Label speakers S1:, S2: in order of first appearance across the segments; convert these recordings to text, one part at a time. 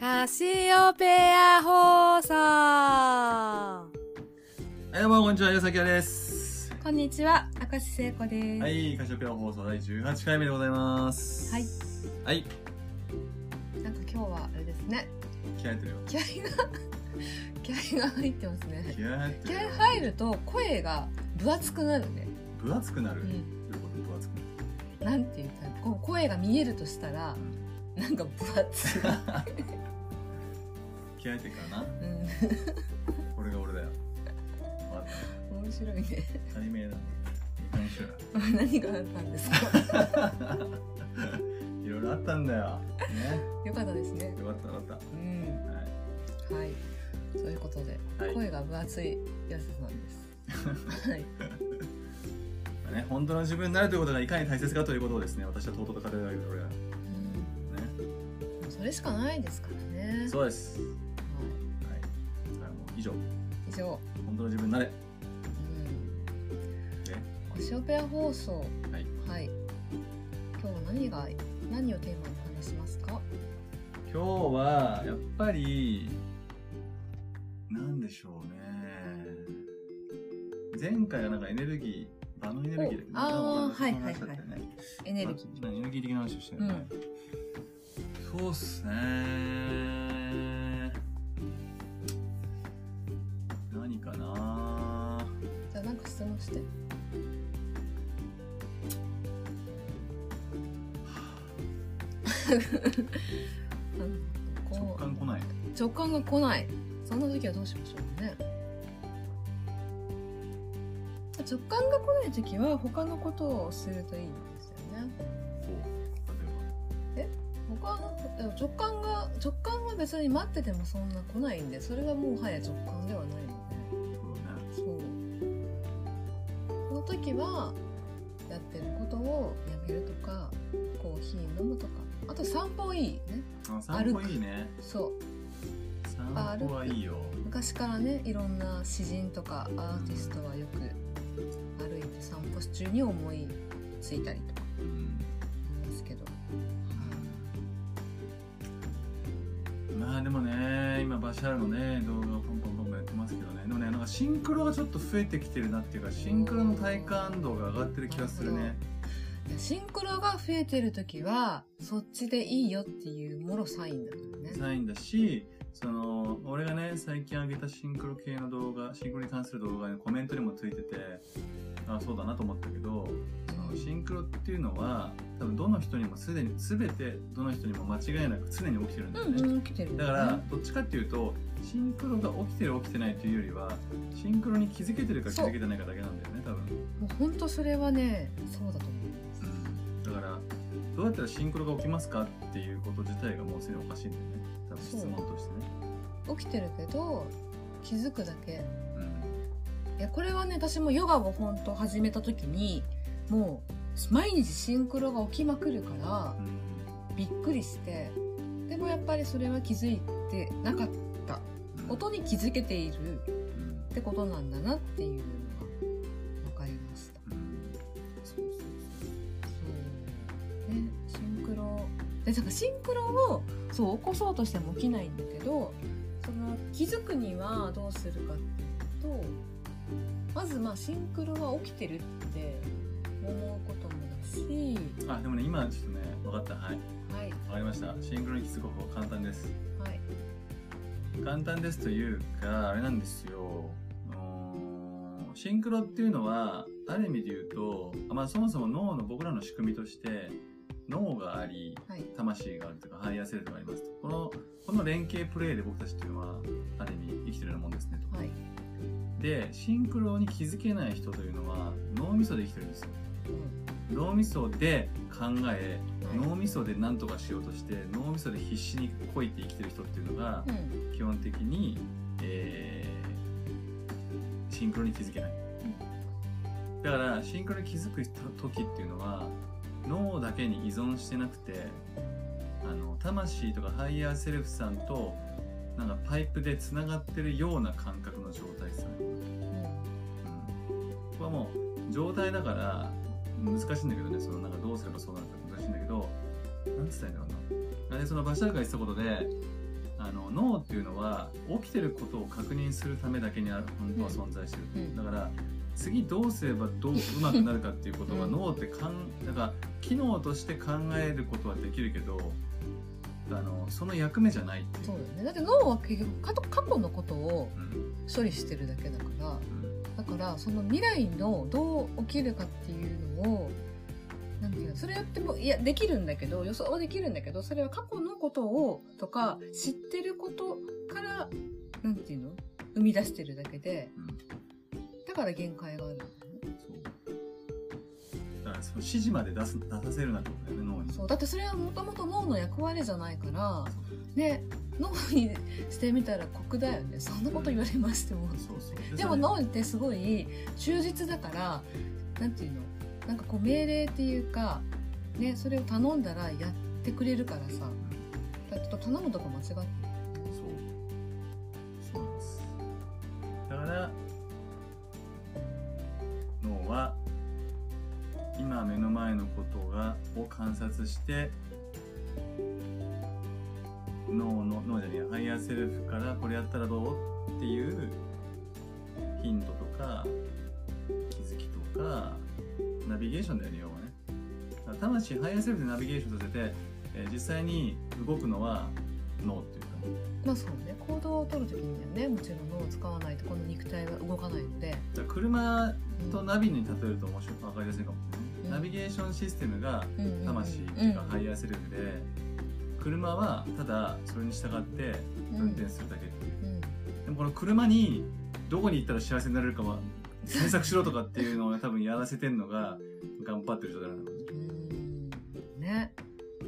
S1: ラシオペア放送
S2: はい、どうも、こんにちは、岩崎彩です。
S1: こんにちは、明石聖子です。
S2: はい、カシオペア放送第18回目でございます。
S1: はい。
S2: はい、
S1: なんか今日はあれですね、
S2: 気合入ってるよ。
S1: 気合が気合が入ってますね。
S2: 気合入って
S1: 気
S2: るよ
S1: 合。入ると声が分厚くなるね。
S2: 分厚くなる。
S1: う
S2: どう
S1: ん、
S2: いうこと分厚くなる
S1: なんていうタイプこう声が見えるとしたら、なんか分厚い。
S2: 気合入ってるから
S1: う
S2: な。これが俺だよ。わかっ
S1: ん、面白いね。
S2: た。当たり前だ。面白い
S1: 何があったんですか
S2: な。いろいろあったんだよ。ね。
S1: よかったですね。
S2: よかった、よかっ
S1: うん、
S2: た。はい。
S1: はい。ということで、
S2: はい
S1: 声が分厚い安さんです。はい。
S2: まあね、本当の自分になるということがいかに大切かということをですね、私はとうとうと語るわけで俺は。ね。
S1: うんそれしかないですからね。
S2: そうです。はい。
S1: は
S2: だからもう以上、
S1: い、以上、
S2: 本当の自分になれ。ね。
S1: うん、カシオペア放送。
S2: はい。
S1: はい。今日は何が、何をテーマに話しますか。
S2: 今日はやっぱりなんでしょうね前回はなんかエネルギー場のエネルギーだけど
S1: おあー
S2: なんか
S1: はい
S2: そんな話だったよね
S1: エネルギ
S2: まあエネルギー的な話をしてるよね、そうっすね何かな
S1: ー。じゃあ、なんか質問 して。うん
S2: 直感来ない
S1: 直感が来ないそんな時はどうしましょうかね直感が来ない時は他のことをするといいんですよね
S2: こう
S1: 他のでも直感が直感は別に待っててもそんな来ないんでそれはもはや直感ではないので
S2: 例えばそうだね
S1: そうその時はやってることをやめるとかコーヒー飲むとかあと散歩いいね
S2: あ散歩いいね
S1: そう
S2: 散歩はいいよ
S1: 昔からねいろんな詩人とかアーティストはよく歩いて散歩中に思いついたりとか
S2: うん
S1: 思いますけど
S2: まあでもね今バシャールのね動画をポンポンポンポンやってますけどねでもねなんかシンクロがちょっと増えてきてるなっていうかシンクロの体感度が上がってる気がするね
S1: いやシンクロが増えてる時はそっちでいいよっていうもろサインだからね
S2: サインだしその俺がね最近上げたシンクロ系の動画シンクロに関する動画にコメントにもついててあそうだなと思ったけどそのシンクロっていうのは多分どの人にもすでに全てどの人にも間違いなく常に起きてるんだよね、
S1: うんうん来てるよね
S2: だからどっちかっていうとシンクロが起きてる起きてないというよりはシンクロに気づけてるか気づけてないかだけなんだよね多分、
S1: もうほんとそれはねそうだと思う
S2: だからどうやったらシンクロが起きますかっていうこと自体がもうすでにおかしいんだよね多分質
S1: そう
S2: 問としてね
S1: 起きてるけど気づくだけ
S2: うん
S1: いやこれはね私もヨガを本当始めた時にもう毎日シンクロが起きまくるからびっくりしてでもやっぱりそれは気づいてなかった
S2: うん
S1: 音に気づけているっ
S2: うん
S1: てことなんだなっていうのが分かりました
S2: うんそうそう
S1: そうねシンクロでだからシンクロをそう起こそうとしても起きないんだけどその気づくにはどうするかっていうとまずまあシンクロは起きてるって思うこともだし
S2: そうあでもね今ちょっとね分かったはい
S1: はい
S2: 分かりましたシンクロに気づく方法簡単です
S1: はい
S2: 簡単ですというかあれなんですようーんシンクロっていうのはある意味で言うと、まあ、そもそも脳の僕らの仕組みとして脳があり
S1: はい
S2: 魂があるというかハイヤーセルフがありますとこのこの連携プレーで僕たちっていうのはある意味生きてるようなもんですねと、
S1: はい、
S2: でシンクロに気づけない人というのは脳みそで生きてるんですよ
S1: うん
S2: 脳みそで考え
S1: はい
S2: 脳みそで何とかしようとして脳みそで必死にこいて生きてる人っていうのが、
S1: うん
S2: 基本的に、えーシンクロに気づけない、だからシンクロに気づく時っていうのは脳だけに依存してなくてあの魂とかハイヤーセルフさんとなんかパイプでつながってるような感覚の状態ですよね、
S1: うん
S2: うん、ここはもう状態だから難しいんだけどねそのなんかどうすればそうなるか難しいんだけどなんつったらいいんだろうなあれそのバシャルが言ってたことであの脳っていうのは起きてることを確認するためだけにある本当は存在してる、
S1: うん
S2: だから次どうすればどううまくなるかっていうことは
S1: うん
S2: 脳ってかんだから機能として考えることはできるけどあのその役目じゃないっていう
S1: そうだよねだって脳は結局かと過去のことを
S2: うん
S1: 処理してるだけだから
S2: うん
S1: だからその未来のどう起きるかっていうのをなんていうのそれやってもいやできるんだけど予想はできるんだけどそれは過去のことをとか知ってることからなんていうの生み出してるだけで
S2: うん
S1: だから限界があるんだよね
S2: そうだからその指示まで出す出させるなってことだよね脳に
S1: そうだってそれはもともと脳の役割じゃないからね脳にしてみたら酷だよねそんなこと言われましても
S2: そうそう
S1: でも
S2: それ
S1: 脳ってすごい忠実だからなんていうのなんかこう命令っていうか、ね、それを頼んだらやってくれるからさだってちょっと頼むとこ間違ってる
S2: そうそうなんですだから脳は今目の前のことがを観察して脳の脳じゃねえやハイヤーセルフからこれやったらどうっていうヒントとか気づきとかナビゲーションだよね要はねだから魂ハイヤーセルフでナビゲーションさせて、えー実際に動くのは脳っていうか
S1: まあそうね行動を取るときにはねもちろん脳を使わないとこの肉体は動かないので、
S2: じゃあ車
S1: うん
S2: とナビに例えると面白く分かりやすいかもしれない、
S1: うん
S2: ナビゲーションシステムが
S1: うんうんうん
S2: 魂っていうかハイヤーセルフで車はただそれに従って
S1: うん
S2: 運転するだけっていう、
S1: うん
S2: でもこの車にどこに行ったら幸せになれるかは検索しろとかっていうのを多分やらせてんのが頑張ってる状態なんだろうね
S1: うんね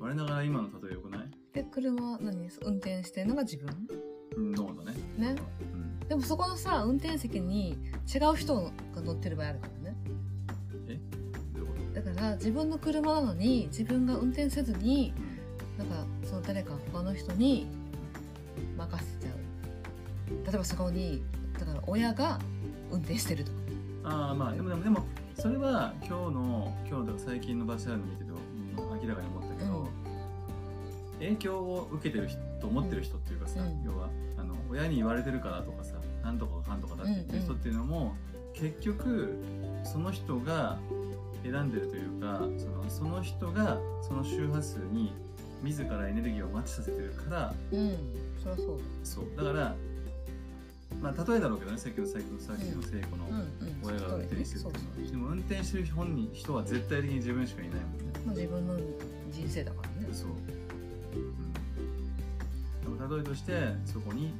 S2: 我ながら今の例えよくない
S1: で車何運転してるのが自分
S2: うん脳だね、
S1: ね
S2: うん、
S1: でもそこのさ運転席に違う人が乗ってる場合あるからね
S2: どういうこ
S1: だから自分の車なのに自分が運転せずに
S2: と
S1: なんかその誰か他の人に任せちゃう例えばそこにだから親が運転してるとか
S2: ああまあでもでもでもそれは今日の今日の最近のバスライブ見てても明らかに思ったけど、
S1: うん
S2: 影響を受けてる人と思ってる人っていうかさ、
S1: うん
S2: 要はあの親に言われてるからとかさなんとかかんとかだって言ってる人っていうのも、結局その人が選んでるというかそのその人がその周波数に自らエネルギーをマッチさせてるから
S1: うんそりゃそう
S2: そうだからまあ例えだろうけどねさっきのさっきのさっきの聖子の、
S1: だうんうん
S2: 親が運転してる
S1: そ
S2: っ
S1: う
S2: て
S1: そう
S2: いうのはでも運転してる本人人は絶対的に自分しかいないもんね
S1: まあ自分の人生だからね
S2: そう、うん、でも例えとしてそこに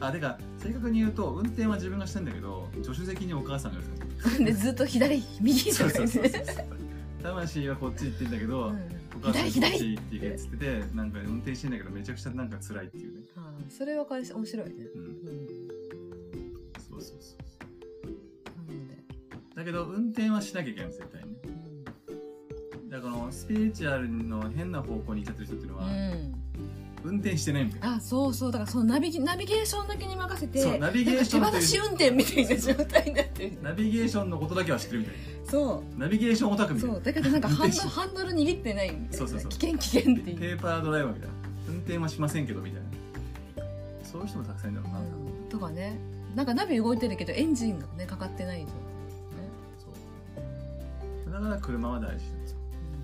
S2: あてか正確に言うと運転は自分がしてんだけど助手席にお母さんがいる
S1: でずっと左右じゃないですね
S2: 魂はこっち行ってんだけど、お母さん
S1: 左左
S2: はこっち行って行けっつっててなんか運転してんだけどめちゃくちゃなんか辛いっていうね、
S1: あーそれはかり面白いね
S2: うん、
S1: うん
S2: そうそうそうそう
S1: なので
S2: だけど運転はしなきゃいけない絶対ね
S1: うん
S2: だからこのスピリチュアルの変な方向に行っちゃってる人っていうのは、
S1: うん
S2: 運転してないみたいな
S1: あそうそうだからそのナビゲナビゲーションだけに任せて
S2: そうナビゲーション
S1: なんか手放し運転みたいな状態になってる
S2: ナビゲーションのことだけは知ってるみたい
S1: そ
S2: な。ナビゲーションオタク
S1: う
S2: みたい
S1: そ
S2: な。
S1: うだけどなんかハンド
S2: 運転手
S1: ハンドル握ってないみたいな
S2: そうそうそう
S1: 危険危険って
S2: ペ
S1: いう、
S2: ーパードライバーみたいな。運転はしませんけどみたいな。そういう人もたくさんいるんだろうな。
S1: うんとかねなんかナビ動いてるけどエンジンがねかかってない状
S2: そう。だから車は大事なんですよ。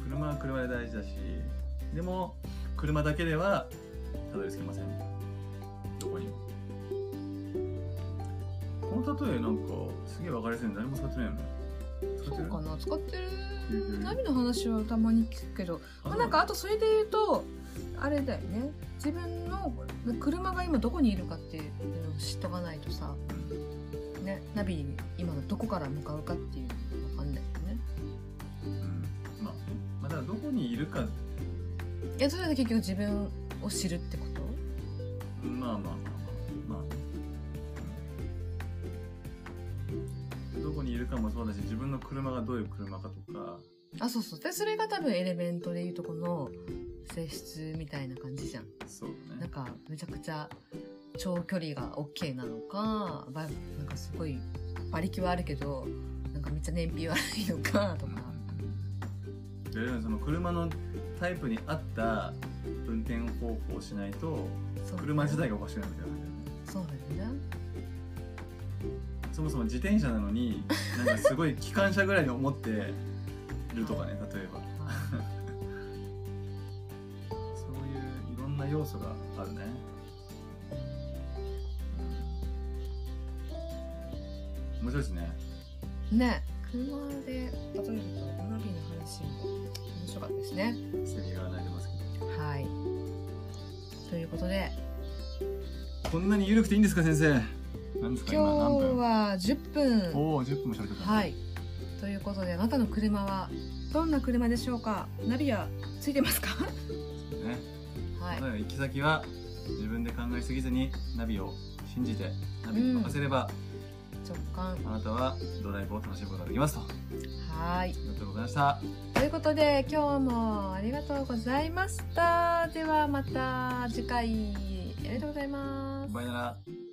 S1: 態
S2: 車は車で大事だし、でも、車だけではたどり着けません。どこにも。この例えなんかすげえ分かりやすいのに誰も使ってないよね。使
S1: そ
S2: って
S1: う
S2: る
S1: かな使ってる
S2: うん
S1: ナビの話はたまに聞くけど、まあ、なんかあとそれで言うとあれだよね自分の車が今どこにいるかっていうのを知っとかないとさ、
S2: うん
S1: ね、ナビに今どこから向かうかっていうのわかんないよね
S2: うんまあね、まあだからどこにいるか、
S1: いやそれで結局自分を知るってこと
S2: まあまあまあまあまあ、うんどこにいるかもそうだし自分の車がどういう車かとか
S1: あそうそうでそれが多分エレメントでいうとこの性質みたいな感じじゃん
S2: そう
S1: な
S2: ね
S1: んかめちゃくちゃ長距離が OK なのかばなんかすごい馬力はあるけどなんかめっちゃ燃費悪いのかとか、
S2: でその車のタイプに合った運転方法をしないと
S1: そう
S2: 車自体がおかしくなるみたいな感じだよね
S1: そうだ よね
S2: そもそも自転車なのになんかすごい機関車ぐらいに思ってるとかね例えばそういういろんな要素があるねうん面白いですね
S1: ね車で例えると花火の話も面白かったですね
S2: セミが鳴いてますけど
S1: はいということで
S2: こんなに緩くていいんですか先生なんですか
S1: 今日
S2: 今何分
S1: は10分
S2: おお10分も喋ってたね
S1: はいということであなたの車はどんな車でしょうかナビはついてますか
S2: ね
S1: はい
S2: まあ行き先は自分で考えすぎずにナビを信じてナビに任せれば、
S1: 直感
S2: あなたはドライブを楽しむことができますとあ
S1: はい
S2: りがとうございました
S1: ということで今日もありがとうございましたではまた次回ありがとうございます
S2: バイなら